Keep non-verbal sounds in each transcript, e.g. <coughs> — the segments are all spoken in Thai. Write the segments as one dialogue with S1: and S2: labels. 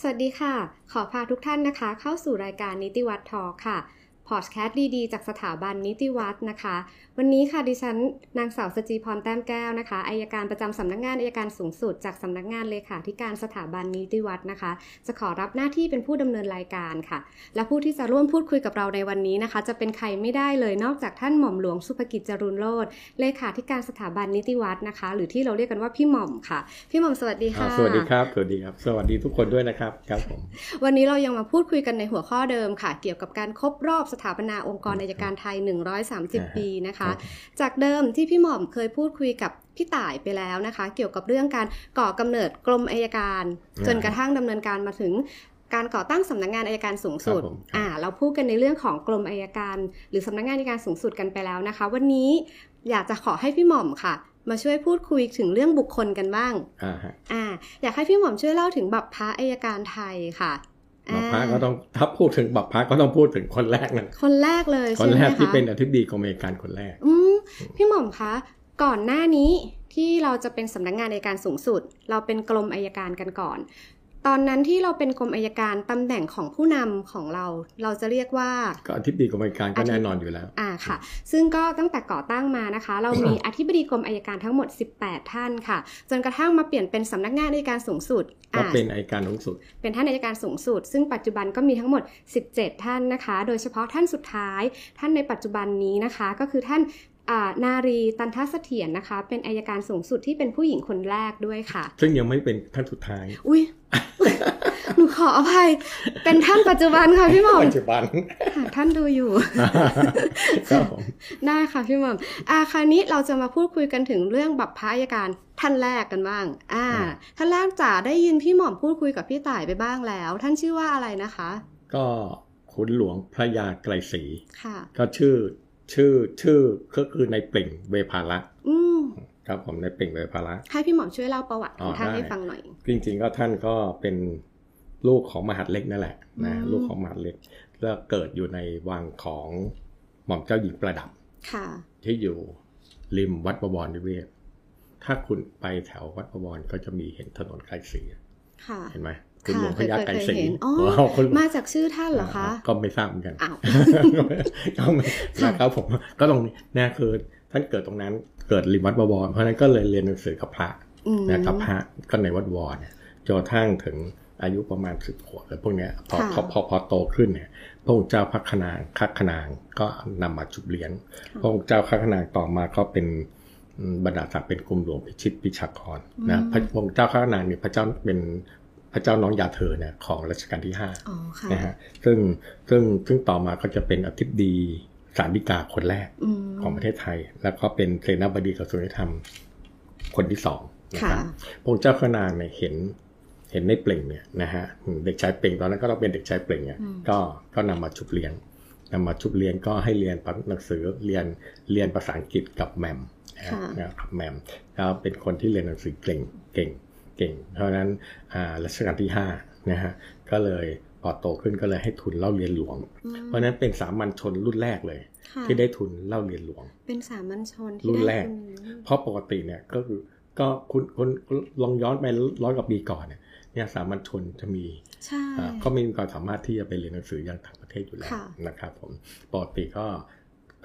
S1: สวัสดีค่ะ ขอพาทุกท่านนะคะ เข้าสู่รายการนิติวัตรทอค่ะ พอดแคสต์ดีๆ จากสถาบันนิติวัตรนะคะ วันนี้ค่ะดิฉันนางสาวสจีพรแต้มแก้วนะคะอายการประจำสำนักงานอายการสูงสุด จากสำนักงานเลขาธิการสถาบันนิติวัตรนะคะ จะขอรับหน้าที่เป็นผู้ดำเนินรายการค่ะ และผู้ที่จะร่วมพูดคุยกับเราในวันนี้นะคะ จะเป็นใครไม่ได้เลยนอกจากท่านหม่อมหลวงสุภกิจจรุนโรธเลขาธิการสถาบันนิติวัตรนะคะ หรือที่เราเรียกกันว่าพี่หม่อมค่ะ พี่หม่อมสวัสดี
S2: อ่า
S1: ค่ะ
S2: สวัสดีครับ สวัสดีครับ สวัสดีทุกคนด้วยนะครับ ครับผม
S1: วันนี้เรายังมาพูดคุยกันในหัวข้อเดิมค่ะ เกี่ยวกับการครบรอบสถาปนาองค์กร
S2: อืม
S1: อัยการไทย
S2: าฮะ
S1: 130 ปีนะ
S2: ครั
S1: คะ
S2: บ
S1: จากเดิมที่พี่หม่อมเคยพูดคุยกับพี่ต่ายไปแล้วนะคะ เกี่ยวกับเรื่องการก่อกำเนิดกรมอัยการ
S2: อ่า
S1: จนกระทั่งดำเนินการมาถึงการก่อตั้งสำนักงานอัยการสูงสุด
S2: ครับผมครับ
S1: อ่า เราพูดกันในเรื่องของกรมอัยการ หรือสำนักงานอัยการสูงสุดกันไปแล้วนะคะ วันนี้อยากจะขอให้พี่หม่อมค่ะ มาช่วยพูดคุยถึงเรื่องบุคคลกันบ้าง
S2: อ่าฮะ
S1: อ่าอยากให้พี่หม่อมช่วยเล่าถึงบัพพะอายการไทยค่ะ
S2: บัพพาก็ต้องถ้าพูดถึงบัพพาก็ต้องพูดถึงคนแรกนะ
S1: คนแรกเลย
S2: คน
S1: ใช่ไห
S2: แร
S1: ม
S2: ก
S1: คะ
S2: ที่เป็นอธิบดีกรมอัยการคนแรก
S1: อืมพี่หม่อมคะก่อนหน้านี้ที่เราจะเป็นสำนักงานอายการสูงสุด เราเป็นกรมอายการกันก่อน ตอนนั้นที่เราเป็นกรมอายการตำแหน่งของผู้นำของเรา เราจะเรียกว่า
S2: ก็อธิบดีกรมอัยการก็แน่นอนอยู่แล้ว
S1: อ่าค่ะ ซึ่งก็ตั้งแต่ก่อตั้งมานะคะ เรามี <coughs> อธิบดีกรมอายการทั้งหมด 18 ท่านค่ะ จนกระทั่งมาเปลี่ยนเป็นสำนักงานอายการสูงสุด
S2: ก็
S1: อ่า
S2: เป็นอัยการสูงสุด
S1: เป็นท่านอัยการสูงสุด ซึ่งปัจจุบันก็มีทั้งหมด 17 ท่านนะคะ โดยเฉพาะท่านสุดท้าย ท่านในปัจจุบันนี้นะคะ ก็คือท่านอ่านารีตันทเสถียรนะคะ เป็นอายการสูงสุดที่เป็นผู้หญิงคนแรกด้วยค่ะ
S2: ซึ่งยังไม่เป็นท่านสุดท้าย
S1: อุ้ย <laughs> หนูขออภัย เป็นท่านปัจจุบันค่ะพี่หม่อม
S2: ปัจจุบัน <laughs>
S1: หากท่านดูอยู่ <laughs>
S2: ครับผม
S1: ได้ค่ะพี่หม่อมอ่าคราวนี้เราจะมาพูดคุยกันถึงเรื่องบัพพาอายการท่านแรกกันบ้าง อ่า
S2: อืม
S1: ท่านแรกจ๋าได้ยินพี่หม่อมพูดคุยกับพี่ต่ายไปบ้างแล้ว ท่านชื่อว่าอะไรนะคะ
S2: ก็ขุนหลวงพระยาไกรศรี
S1: ค่ะ
S2: ก็ชื่อชื่อชื่อก็คือในเปล่งเวภาระ
S1: อืม
S2: ครับผมในเปล่งเวภาระ
S1: ให้พี่หมอมช่วยเล่าประวัติของ
S2: อ๋อ
S1: ท่าน
S2: ได้
S1: ให้ฟังหน่อย
S2: จริงๆก็ท่านก็เป็นลูกของมหาดเล็กนั่นแหละนะ
S1: อืม
S2: ลูกของมหาดเล็กแล้วเกิดอยู่ในวังของหม่อมเจ้าหญิงประดับ
S1: ค่ะ
S2: ที่อยู่ริมวัดประวรนิเวศ ถ้าคุณไปแถววัดประวรก็จะมีเห็นถนนไกรศรี
S1: ค่ะ
S2: เห็นไหมคุณหลวง
S1: เค
S2: พ
S1: ย
S2: ญาไกรศรี
S1: เคยเห็นอ๋อ
S2: ว้าวคุณหลวง
S1: มาจากชื่อท่านเหรอคะ
S2: ก็ไม่ทราบเห
S1: <laughs>
S2: มือนกัน
S1: อ้าว
S2: ก็ไม่นะครับผมก็ตรงนี้นะคือท่านเกิดตรงนั้นเกิดริมวัดประวรเพราะฉะนั้นก็เลยเรียนหนังสือกับพระ
S1: อืม
S2: นะครับพระก็ในวัดวอเนี่ยจนกระทั่งถึงอายุประมาณสิบขวบแล้วพวกเนี้ยพอพอ
S1: ค่ะ
S2: พอพอโตขึ้นเนี่ยพระองค์เจ้าพระคนางคักคนางก็นำมาจุบเลี้ยงพระองค์เจ้าคักคนางต่อมาก็เป็นอืมบรรดาศักดิ์เป็นกรมหลวงพิชิตปิชากรนะพระพระองค์เจ้าคักคนางเนี่ยพระเจ้าเป็นพระเจ้าน้องยาเธอเนี่ยของรัชกาลที่ห้า
S1: อ๋อค่ะ
S2: นะฮะซึ่งซึ่งซึ่งต่อมาก็จะเป็นอธิบดีสาริกาคนแรก
S1: ม
S2: ของประเทศไทย แล้วก็เป็นเสนาบดีกระทรวงยุติธรรมคนที่สองนะ
S1: ค่ะ
S2: ครับพระองค์เจ้าขนางเนี่ยเห็นเห็นในเปล่งเนี่ยนะฮะอืมเด็กชายเปล่งตอนนั้นก็เราเป็นเด็กชายเปล่งเนี่ย
S1: อืม
S2: ก็ก็นำมาชุบเลี้ยงนำมาชุบเลี้ยงก็ให้เรียนปัหนังสือเรียนเรียนภาษาอังกฤษกับแมมนะฮะ
S1: ค่ะ
S2: นะครับแมมแล้วเป็นคนที่เรียนหนังสือเก่งเก่งเก่ง เพราะฉะนั้นอ่ารัชกาลที่ห้านะฮะก็เลยพอโตขึ้นก็เลยให้ทุนเล่าเรียนหลวง
S1: อืม
S2: เพราะฉะนั้นเป็นสามัญชนรุ่นแรกเลย
S1: ค่ะ
S2: ที่ได้ทุนเล่าเรียนหลวง
S1: เป็นสามัญชนที่
S2: รุ่น
S1: ได้
S2: แรก
S1: คุณ
S2: เพราะปกติเนี่ยก็คือก็คุณคุณลองย้อนไปร้อยกว่าปีก่อนเนี่ยเนี่ยสามัญชนจะมี
S1: ใช่
S2: อ่าก็ไม่มีความสามารถที่จะไปเรียนหนังสืออย่างต่างประเทศอยู่แล้ว
S1: ค่ะ
S2: นะครับผมปกติก็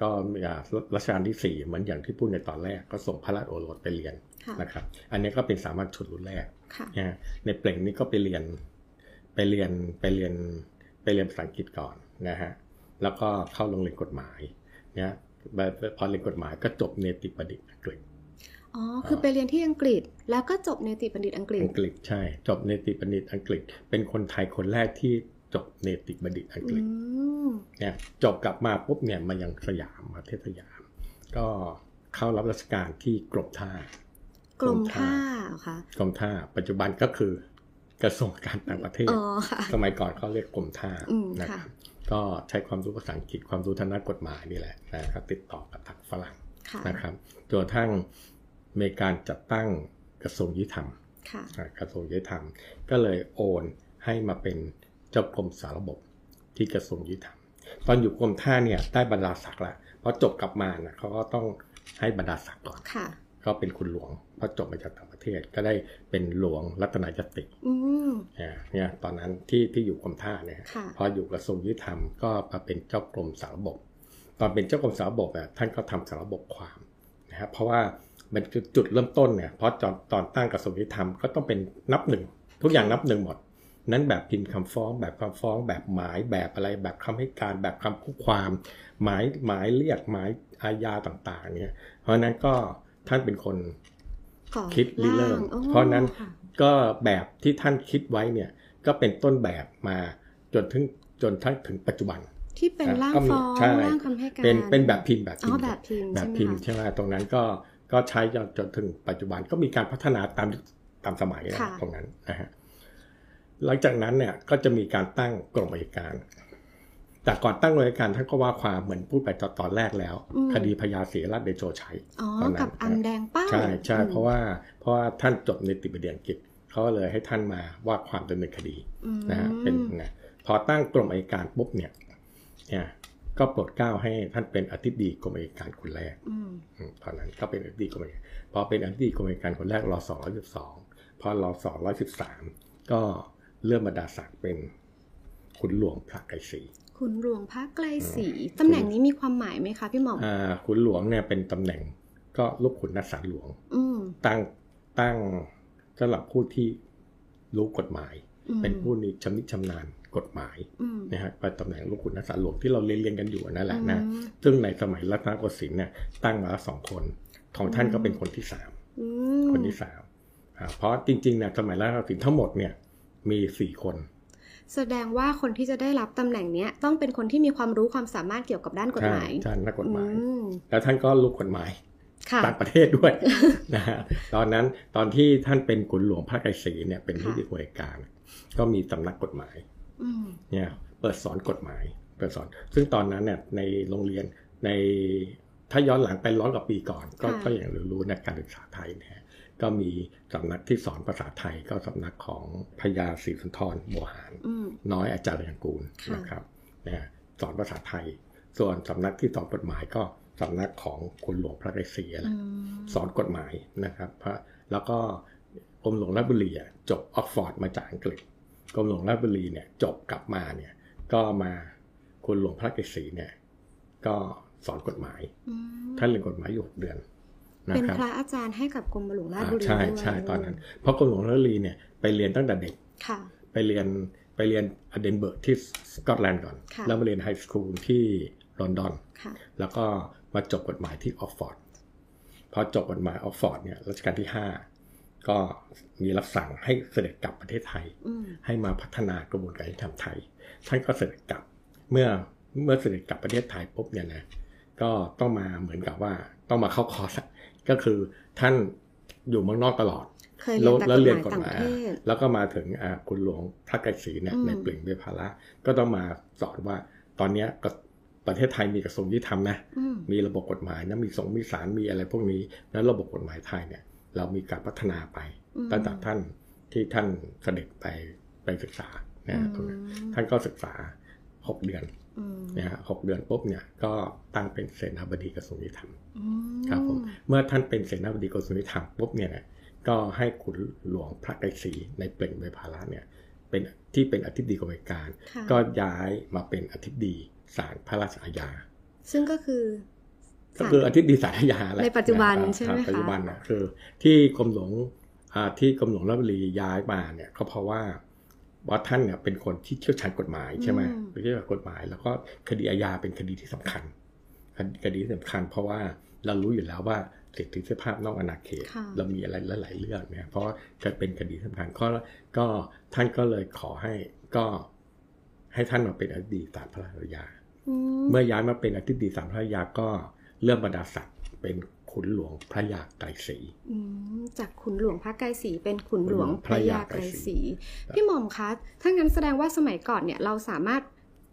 S2: ก็อ่ารัชกาลที่สี่เหมือนอย่างที่พูดในตอนแรกก็ส่งพระราชโอรสไปเรียน
S1: ค่ะ
S2: นะครับ อันนี้ก็เป็นสามัญชนรุ่นแรก
S1: ค่ะ
S2: นะฮะในเปล่งนี่ก็ไปเรียนไปเรียนไปเรียนไปเรียนภาษาอังกฤษก่อนนะฮะแล้วก็เข้าโรงเรียนกฎหมายเนี่ยพอเรียนกฎหมายก็จบเนติบัณฑิตอังกฤษ
S1: อ๋อคือไปเรียนที่อังกฤษ แล้วก็จบเนติบัณฑิตอังกฤษ
S2: อังกฤษใช่ จบเนติบัณฑิตอังกฤษ เป็นคนไทยคนแรกที่จบเนติบัณฑิตอังก
S1: อื
S2: ฤษ
S1: ม
S2: เนี่ยจบกลับมาปุ๊บเนี่ยมายังสยามมาเทศสยาม ก็เข้ารับราชการที่กรมท่าก
S1: รมท่าเหรอค่ะ
S2: กรมท่า ปัจจุบันก็คือกระทรวงการต่างประเทศ
S1: อ๋อค่ะ
S2: สมัยก่อนเขาเรียกกรมท่า
S1: อืม
S2: นะ
S1: ค่ะ
S2: ครับก็ใช้ความรู้ภาษาอังกฤษความรู้ทางด้านกฎหมายนี่แหละนะครับติดต่อกับทางฝรั่ง
S1: ค่ะ
S2: นะครับจนกระทั่งมีการจัดตั้งกระทรวงยุติธรรม
S1: ค่ะ
S2: อ่ากระทรวงยุติธรรมก็เลยโอนให้มาเป็นเจ้ากรมสารบบที่กระทรวงยุติธรรม ตอนอยู่กรมท่าเนี่ยได้บรรดาศักดิ์ละเพอจบกลับมานะเขาก็ต้องให้บรรดาศักดิ์ก่อน
S1: ค่ะ
S2: ก็เป็นคุณหลวงพอจบมาจากต่างประเทศก็ได้เป็นหลวงรัตนยติ
S1: อืม
S2: อ่าเนี่ยตอนนั้นที่ที่อยู่กรมท่าเนี่ย
S1: ค่ะ
S2: พออยู่กระทรวงยุติธรรมก็มาเป็นเจ้ากรมสารบก ตอนเป็นเจ้ากรมสารบกอ่ะท่านก็ทำสารบกความนะครับเพราะว่ามันจุดจุดเริ่มต้นเนี่ยเพราะตอนตอนตั้งกระทรวงยุติธรรมก็ต้องเป็นนับหนึ่งทุกอย่างนับหนึ่งหมด นั้นแบบพิมพ์คำฟ้องแบบคำฟ้องแบบหมายแบบอะไรแบบคำให้การแบบคำคู่ความ หมายหมายเรียกหมายอาญาต่างๆเนี่ยเพราะฉะนั้นก็ท่านเป็นคน
S1: ก่อ
S2: คิดริเริ่
S1: ร่าง
S2: ม
S1: อ๋อ
S2: เพราะนั้น
S1: ค่ะ
S2: ก็แบบที่ท่านคิดไว้เนี่ยก็เป็นต้นแบบมาจนถึงจนทั้งถึงปัจจุบัน
S1: ที่เป็น
S2: อ่ะ
S1: ร่าง
S2: ก็มี
S1: ฟ้อง
S2: ใช่
S1: ร่างคำให้การ
S2: เป็นเป็นแบบพิมพ์แบบ
S1: อ๋
S2: พิ
S1: อ
S2: มพ์
S1: แบบพิมพ์
S2: แบบ
S1: ใช่ไหม
S2: พิมพ์
S1: คะ
S2: ใช่ไหมตรงนั้นก็ก็ใช้จนจนถึงปัจจุบันก็มีการพัฒนาตามตามสมัยนะตรงนั้นนะฮะหลังจากนั้นเนี่ยก็จะมีการตั้งกรมอัยการ แต่ก่อนตั้งกรมอัยการท่านก็ว่าความเหมือนพูดไปตอนตอนแรกแล้ว คดีพญาเสียรัตน์เดโชชัย
S1: อ๋อ
S2: ตอนนั้น
S1: กับอันแดงป้า
S2: ใช่ใช่
S1: อืม
S2: เพราะว่าเพราะว่าท่านจบนิติบัญญัติอังกฤษเขาก็เลยให้ท่านมาว่าความดำเนินคดี
S1: อืม
S2: นะฮะเป็นนะพอตั้งกรมอัยการปุ๊บเนี่ยเนี่ยก็โปรดเกล้าให้ท่านเป็นอธิบดีกรมอัยการคนแรก
S1: อืม
S2: อืมตอนนั้นก็เป็นอธิบดีกรมอัยการพอเป็นอธิบดีกรมอัยการคนแรกรอสองร้อยสิบสองพอรอสองร้อยสิบสามก็เลื่อนบรรดาศักดิ์เป็นขุนหลวงพระไกรศรี
S1: คุณหลวงพระไกลศรี
S2: อืม
S1: ตำแหน่งนี้มีความหมายไหมคะพี่หมอม
S2: อ่าขุนหลวงเนี่ยเป็นตำแหน่งก็ลูกขุนนักสารหลวง
S1: อืม
S2: ตั้งตั้งสำหรับผู้ที่รู้กฎหมาย
S1: อืม
S2: เป็นผู้นี้ชำนิชำนาญกฎหมาย
S1: อืม
S2: นะฮะเป็นตำแหน่งลูกขุนนักษัตริย์หลวงที่เราเรียนเรียนกันอยู่นั่นแหละนะ
S1: อืม
S2: ซึ่งในสมัยรัตนโกสินทร์เนี่ยตั้งมาแล้วสองคน ของท่านก็เป็นคนที่สาม
S1: อืม
S2: คนที่สามอ่าเพราะจริงๆเนี่ยสมัยรัตนโกสินทร์ทั้งหมดเนี่ยมีสี่คน
S1: แสดงว่าคนที่จะได้รับตำแหน่งเนี้ยต้องเป็นคนที่มีความรู้ความสามารถเกี่ยวกับด้านกฎหมาย
S2: ใช่นักกฎหมาย
S1: อืม
S2: แล้วท่านก็ลูกกฎหมาย
S1: ค่ะ
S2: ต่างประเทศด้วย <laughs> นะฮะตอนนั้นตอนที่ท่านเป็นขุนหลวงพระไกรศรีเนี่ยเป็น
S1: ค่ะ
S2: ผู้ดีหน่วยการ ก็มีสำนักกฎหมาย
S1: อืม
S2: เนี่ยเปิดสอนกฎหมายเปิดสอน ซึ่งตอนนั้นเนี่ยในโรงเรียนในถ้าย้อนหลังไปร้อยกว่าปีก่อน ก็ก็อย่างรู้ๆนะการศึกษาไทยนะฮะก็มีสำนักที่สอนภาษาไทยก็สำนักของพญาศรีสุนทรโมหาร
S1: อืม
S2: น้อยอาจารย์เรยนกูล
S1: ค่ะ
S2: นะครับนะฮะสอนภาษาไทย ส่วนสำนักที่สอนกฎหมายก็สำนักของคุณหลวงพระไกรศรีแห
S1: อื
S2: ละ
S1: ม
S2: สอนกฎหมายนะครับพระแล้วก็กรมหลวงราชบุรีอะจบออกฟอร์ดมาจากอังกฤษกรมหลวงราชบุรีเนี่ยจบกลับมาเนี่ยก็มาคุณหลวงพระเกษีเนี่ยก็สอนกฎหมาย
S1: อืม
S2: ท่านเรียนกฎหมายอยู่หกเดือนนะ
S1: เป็น
S2: ครับ
S1: พระอาจารย์ให้กับกรมหลวงราช
S2: อ่า
S1: บุรี
S2: ใช่
S1: ด้วย
S2: ใช่ตอนนั้น เพราะกรมหลวงราชบุรีเนี่ยไปเรียนตั้งแต่เด็ก
S1: ค่ะ
S2: ไปเรียนไปเรียนอเดนเบิร์กที่สกอตแลนด์ก่อน
S1: ค่ะ
S2: แล้วมาเรียนไฮสคูลที่ลอนดอน
S1: ค่ะ
S2: แล้วก็มาจบกฎหมายที่ออกฟอร์ด พอจบกฎหมายออกฟอร์ดเนี่ยรัชกาลที่ 5 ก็มีรับสั่งให้เสด็จกลับประเทศไทย
S1: อืม
S2: ให้มาพัฒนากระบวนการยุติธรรมไทย ท่านก็เสด็จกลับ เมื่อเมื่อเสด็จกลับประเทศไทยปุ๊บเนี่ยนะ ก็ต้องมาเหมือนกับว่าต้องมาเข้าคอร์สอะก็คือท่านอยู่เมืองนอกตลอด
S1: เคยเรียน
S2: แล้วเรียน
S1: แต่
S2: ก
S1: ก
S2: ฎ
S1: ฎห
S2: ห
S1: มาย
S2: มาย
S1: ต่างประเทศ
S2: แล้วก็มาถึงอ่าคุณหลวงพระไกรศรีเนี่ย
S1: อืม
S2: ในเปล่งเบญพาระก็ต้องมาสอนว่าตอนเนี้ยกระประเทศไทยมีกระทรวงยุติธรรมนะ
S1: อืม
S2: มีระบบกฎหมายนะมีสงฆ์มีศาลมีอะไรพวกนี้แล้วระบบกฎหมายไทยเนี่ยเรามีการพัฒนาไปตั้งแต่ท่านที่ท่านเสด็จไปไปศึกษานะฮะตรงนั้นท่านก็ศึกษา 6 เดือน
S1: อืม
S2: นะฮะหกเดือนปุ๊บเนี่ยก็ตั้งเป็นเสนาบดีกระทรวงยุติธรรม
S1: อื
S2: ครับผม เมื่อท่านเป็นเสนาบดีกรมสุริธรรมปุ๊บเนี่ยนะก็ให้ขุนหลวงพระไกรศรีในเปล่งเวพาระเนี่ยเป็นที่เป็นอธิบดีกรมอัยการ
S1: ค่ะ
S2: ก็ย้ายมาเป็นอธิบดีศาลพระราชอาญา
S1: ซึ่งก็คือ
S2: ก็คือ
S1: ศาล
S2: อธิบดีศาลอาญาแหละ
S1: ในปัจจุบันะครับ ใช่ไหม
S2: รับ
S1: คะ
S2: ปัจจุบันนะคือที่กรมหลวงอ่าที่กรมหลวงราชบุรีย้ายมาเนี่ยก็เพราะว่าว่าท่านเนี่ยเป็นคนที่เชี่ยวชาญกฎหมายใช่ไหมเชี่ยวชาญกฎหมาย แล้วก็คดีอาญาเป็นคดีที่สำคัญคดีคดีที่สำคัญ เพราะว่าเรารู้อยู่แล้วว่าสิทธิเสรีภาพนอกอาณาเขต
S1: ค่ะ
S2: เรามีอะไรหลายๆเรื่องเนี่ยเพราะจะเป็นคดีสำคัญก็ก็ท่านก็เลยขอให้ก็ให้ท่านมาเป็นอธิบดีศาลพระราชอาญา
S1: อืม
S2: เมื่อย้ายมาเป็นอธิบดีสามพระยาก็เลื่อนบรรดาศักดิ์เป็นขุนหลวงพระยาไกรศรี
S1: อืมจากขุนหลวงพระไกรศรีเป็นขุนหลวง
S2: ขุนหลว
S1: พ
S2: งพ
S1: ระยาย
S2: ระา
S1: ไก
S2: ไก
S1: ร
S2: ร
S1: ศ
S2: ศรี
S1: รี
S2: ครับ
S1: พี่หม่อมคะถ้างั้นแสดงว่าสมัยก่อนเนี่ยเราสามารถ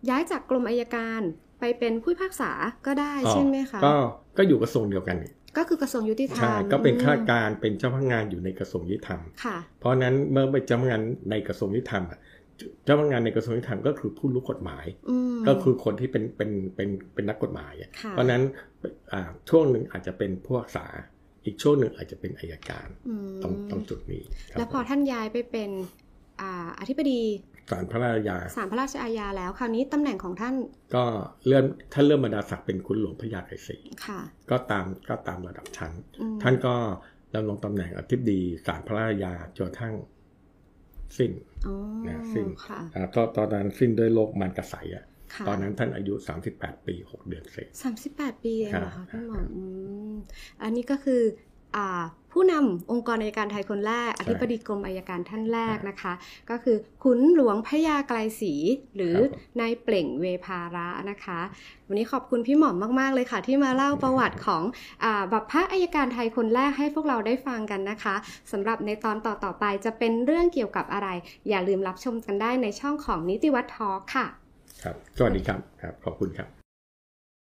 S1: ย้ายจากกรมอายการไปเป็นผู้พิพากษาก็ได้ใช่ไหมคะ
S2: ก็ก็อยู่กระทรวงเดียวกันนี่
S1: ก็คือกระทรวงยุติธรรม
S2: ใช่ ก็เป็นข้าราช
S1: อืม
S2: การเป็นเจ้าพนักงานอยู่ในกระทรวงยุติธรรม
S1: ค่ะ
S2: เพราะฉะนั้นเมื่อเป็นเจ้าพนักงานในกระทรวงยุติธรรมอะเจ้าพนักงานในกระทรวงยุติธรรมก็คือผู้รู้กฎหมาย
S1: อืม
S2: ก็คือคนที่เป็นเป็นเป็นเป็นนักกฎหมายอะ
S1: ค่ะ
S2: เพราะฉะนั้นอ่าช่วงหนึ่งอาจจะเป็นผู้พิพากษา อีกช่วงหนึ่งอาจจะเป็นอายการ
S1: อืม
S2: ต้องต้องจุดนี้ครับ
S1: แล้วพอท่านย้ายไปเป็นอ่าอธิบดี
S2: ศาลพระราชยา
S1: ศาลพระราชอาญาแล้ว คราวนี้ตำแหน่งของท่าน
S2: ก็เลื่อนท่านเริ่มบรรดาศักดิ์เป็นคุณหลวงพระยาไกรศรี
S1: ค่ะ
S2: ก็ตามก็ตามระดับชั้น
S1: อืม
S2: ท่านก็ดำรงตำแหน่งอธิบดีศาลพระราชยาจนกระทั้งสิ้น
S1: อ๋อ
S2: เนี่ยซึ่ง
S1: ค่ะ
S2: อ่าก็ตอนนั้นสิ้นด้วยโรคมันกระใสอะ
S1: ค่ะ
S2: ตอนนั้นท่านอายุ 38 ปี 6 เดือนเศษ
S1: สามสิบแปดปีเองเหรอ
S2: ครั
S1: คะ
S2: บ
S1: ท่านหมออืมอันนี้ก็คืออ่าผู้นำองค์กรอัยการไทยคนแรก อธิบดีกรมอัยการท่านแรกนะคะ ก็คือขุนหลวงพระยาไกลศรีหรือ
S2: ครับผม
S1: นายเปล่งเวภาระนะคะ วันนี้ขอบคุณพี่หม่อมมาก ๆ เลยค่ะ ที่มาเล่าประวัติของอาบัพพะอายการไทยคนแรกให้พวกเราได้ฟังกันนะคะสำหรับในตอนต่อ ๆ ไปจะเป็นเรื่องเกี่ยวกับอะไร อย่าลืมรับชมกันได้ในช่องของนิติวัฒน์ทอค่ะ
S2: ครับ สวัสดีครับครับ ขอบคุณครับ